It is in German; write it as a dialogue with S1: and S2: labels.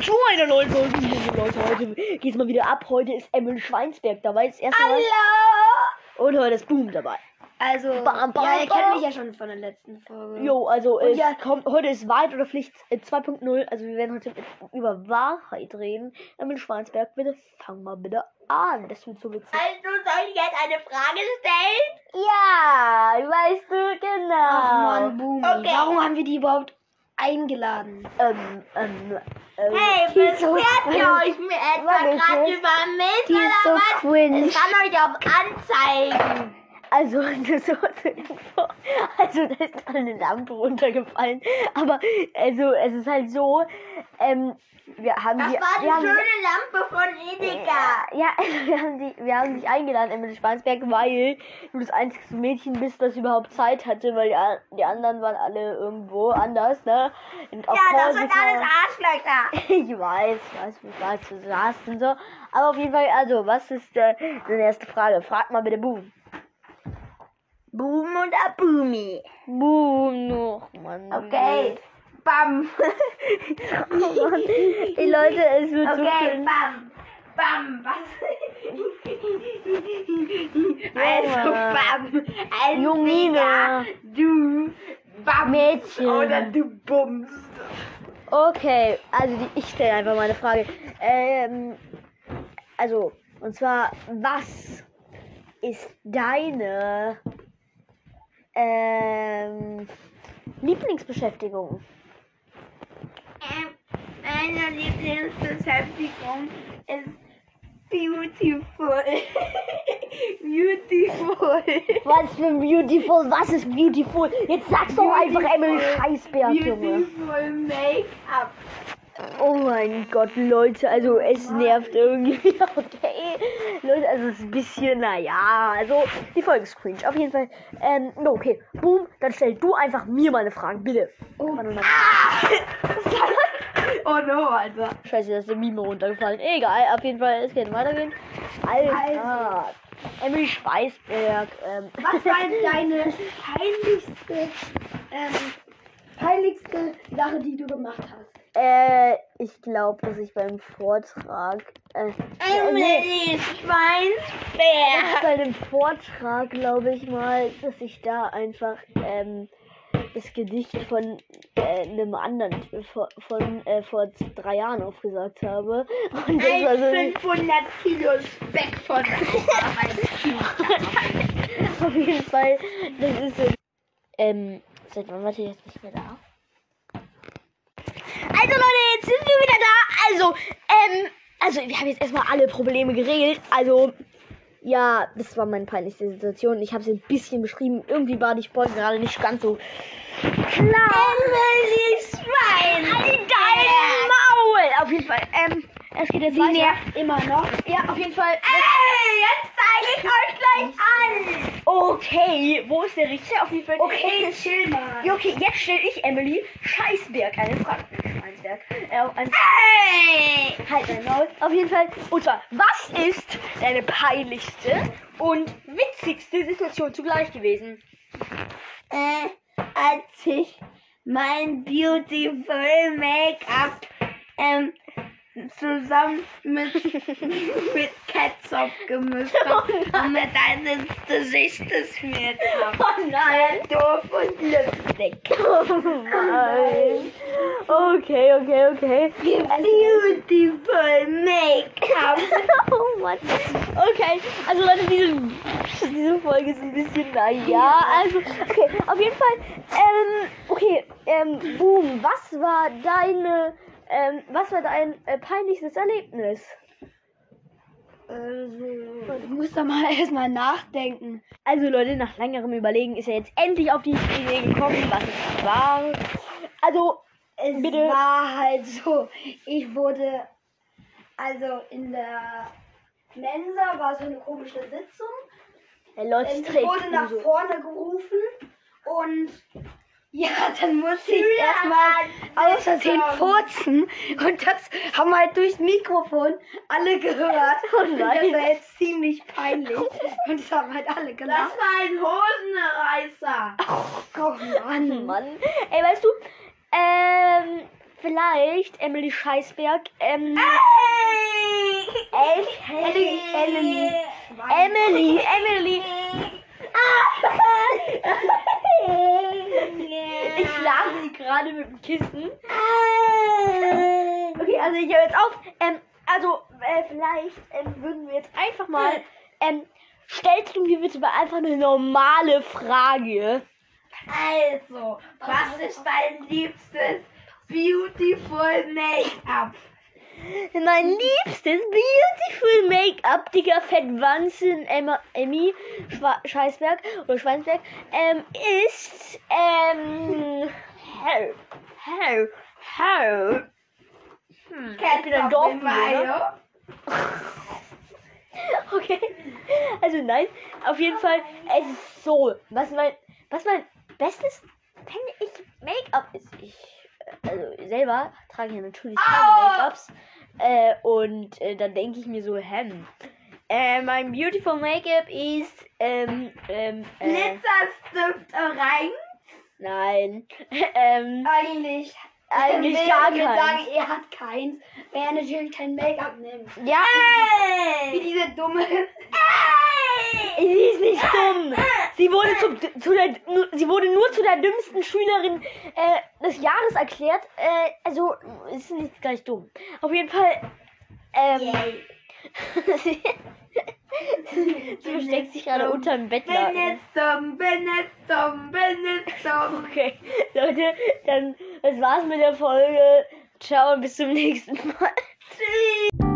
S1: zu einer neuen Folge. Liebe Leute, heute geht's mal wieder ab. Heute ist Emil Schweinsberg dabei. Das erste Mal.
S2: Hallo!
S1: Und heute ist Boom dabei.
S2: Also,
S1: Bam, bam,
S2: ja, ihr
S1: bam.
S2: kennt mich ja schon von der letzten Folge.
S1: Jo, also
S2: Und
S1: es
S2: ja-
S1: kommt, heute ist Wahrheit oder Pflicht äh, 2.0. Also wir werden heute über Wahrheit reden. Emil Schweinsberg, bitte fang mal bitte an. Das wird so witzig.
S2: Also soll ich jetzt eine Frage
S1: Ja,
S2: stellen?
S1: weißt du, genau.
S2: Ach man, Boomy.
S3: Oh.
S1: Okay.
S2: Warum haben wir die überhaupt eingeladen?
S1: Ähm, ähm, ähm,
S3: Hey,
S1: die ist so-
S3: beschwert ihr euch mir etwa
S1: Warte,
S3: gerade
S1: ich-
S3: über mich
S1: Die ist so
S3: oder was?
S1: cringe.
S3: Ich kann euch auch anzeigen.
S1: Also, das war so, also da ist eine Lampe runtergefallen. Aber also es ist halt so, ähm, wir haben
S3: Das
S1: die,
S3: war die
S1: wir haben,
S3: schöne Lampe von Edeka.
S1: ja, also wir haben die, wir haben dich eingeladen, Emily Spansberg, weil du das einzige Mädchen bist, das überhaupt Zeit hatte, weil die, a- die anderen waren alle irgendwo anders, ne? Und auf
S3: Ja, das
S1: Pause
S3: sind
S1: gefahren.
S3: alles Arschlöcher.
S1: Ich weiß, ich weiß, ich weiß, du saßt und so. Aber auf jeden Fall, also, was ist äh, deine erste Frage? Frag mal bitte Boom.
S3: Boom und Abumi.
S1: Boom noch, Mann.
S3: Okay. Bam.
S1: Ey Leute, es wird so
S3: Okay,
S1: schön.
S3: bam. Bam, was?
S1: Junge.
S3: Also, bam.
S1: Jungina.
S3: Entweder du bamst
S1: Mädchen.
S3: oder du bummst.
S1: Okay, also die, ich stelle einfach mal eine Frage. Ähm, also, und zwar, was ist deine ähm, Lieblingsbeschäftigung?
S3: Ähm, Meine Lieblingsbeschäftigung ist beautiful. beautiful.
S1: Was für beautiful, was ist beautiful? Jetzt sag's doch einfach Emily Scheißberg, Junge.
S3: Beautiful Make-up.
S1: Oh mein Gott, Leute, also es nervt irgendwie. Okay, Leute, also es ist ein bisschen, naja, also die Folge ist cringe. Auf jeden Fall, ähm, no, okay, boom, dann stell du einfach mir meine Fragen, bitte. Oh, Mann,
S3: Oh no, Alter.
S1: Scheiße, da ist der Mime runtergefallen. Egal, auf jeden Fall, es geht weitergehen. Alter, Emily Schweißberg, ähm,
S2: Was war denn deine peinlichste, ähm, peinlichste Sache, die du gemacht hast?
S1: äh, ich glaube, dass ich beim Vortrag, äh,
S3: Emily
S1: Erst
S3: Schweinsbär.
S1: bei dem Vortrag glaube ich mal, dass ich da einfach ähm, das Gedicht von äh, einem anderen von, von äh, vor drei Jahren aufgesagt habe. Und das war so
S3: 500 Kilo Speck von
S1: auf jeden Fall, das ist so. Ähm, seit wann warte ich jetzt nicht mehr da? Also Leute, jetzt sind wir wieder da. Also, ähm, also wir haben jetzt erstmal alle Probleme geregelt. Also, ja, das war meine peinlichste Situation. Ich habe sie ein bisschen beschrieben. Irgendwie war die Folge gerade nicht ganz so klar.
S3: Emily Schwein.
S1: Dein Maul! Auf jeden Fall, ähm, es geht jetzt weiter.
S2: Immer noch.
S1: Ja, auf jeden Fall.
S3: Ey, jetzt zeige ich euch gleich an.
S1: Okay, wo ist der Richter? Auf jeden Fall.
S2: Okay, chill mal.
S1: Ja, okay, jetzt stelle ich Emily Scheißberg eine Frage. Scheißberg. Äh, ein-
S3: Ey.
S1: halt dein Maul. Auf jeden Fall. Und zwar, was ist deine peinlichste und witzigste Situation zugleich gewesen?
S3: Äh, als ich mein beautiful Make-up ähm, zusammen mit, mit Ketchup gemischt
S2: Oh
S3: habe und mit einem Gesicht geschmiert habe.
S1: Oh nein!
S3: Doof und lustig.
S1: Oh nein! Okay, okay, okay.
S3: Beautiful Make-up.
S1: oh Mann. Okay, also Leute, diese, diese Folge ist ein bisschen, naja, also, okay, auf jeden Fall, ähm, okay, ähm, Boom, was war deine, ähm, was war dein äh, peinlichstes Erlebnis?
S2: Also, ich muss da mal erstmal nachdenken.
S1: Also Leute, nach längerem Überlegen ist er jetzt endlich auf die Idee gekommen, was es war. Also,
S2: Es
S1: Bitte.
S2: war halt so, ich wurde, also in der Mensa war so eine komische Sitzung.
S1: der Leute
S2: Ähm, Ich
S1: trägt
S2: wurde nach
S1: so.
S2: vorne gerufen und ja, dann musste ich
S3: Schüler
S2: erstmal
S3: an
S2: aus Versehen
S3: Sitzung.
S2: furzen und das haben halt durchs Mikrofon alle gehört. Und das
S1: nein.
S2: war jetzt ziemlich peinlich und das haben halt alle
S3: Das
S2: gelacht.
S3: war ein Hosenreißer.
S2: Oh Mann.
S1: Mann. Ey, weißt du, ähm, vielleicht Emily Scheißberg. Ähm,
S2: Ah!
S3: Hey!
S1: El- Helen- Emily. Emily, Emily. Ich schlag sie gerade mit dem Kissen. Okay, also ich höre jetzt auf. Ähm, also, äh, vielleicht ähm, würden wir jetzt einfach mal. Ähm, stellst du mir bitte mal einfach eine normale Frage?
S3: Also, was ist dein liebstes Beautiful Make-up?
S1: Mein liebstes Beautiful Make-up, dicker Fettwanzen, Emma, Emmy Schwa Scheißberg oder Schweinsberg, ähm, ist, ähm, Hair, Hair, Hair. Hm, ich bin ein
S3: Ketchup mit
S1: Dorfbewohner.
S2: ne?
S3: Mayo?
S1: Okay. Also nein, auf jeden Fall, es ist so, was mein, was mein bestes, finde ich, Make-up ist. Ich, äh, also selber trage ja natürlich keine
S3: Au!
S1: Make-ups. Äh, und äh, dann denke ich mir so, hm, äh, mein beautiful Make-up ist, ähm, ähm, äh,
S3: sånn Blitzerstift rein?
S1: nein, ähm,
S2: Eigentlich.
S1: eigentlich
S2: Wer
S1: gar
S2: würde sagen,
S1: keins.
S2: er hat keins, weil er natürlich kein Make-up nimmt.
S1: Ja,
S2: Wie diese dumme.
S1: sie ist nicht dumm.
S3: Eh.
S1: Sie wurde,
S3: Äh.
S1: zum, zu der, nu- sie wurde nur zu der dümmsten Schülerin äh, des Jahres erklärt. Äh, also ist sie nicht gleich dumm. Auf jeden Fall. Ähm,
S3: Yay.
S1: sie, sie versteckt sich gerade unter dem
S3: Bin
S1: Bettlaken.
S3: jetzt dumm, bin jetzt dumm, bin jetzt dumm.
S1: Okay, Leute, dann das war's mit der Folge. Ciao und bis zum nächsten Mal.
S3: Tschüss.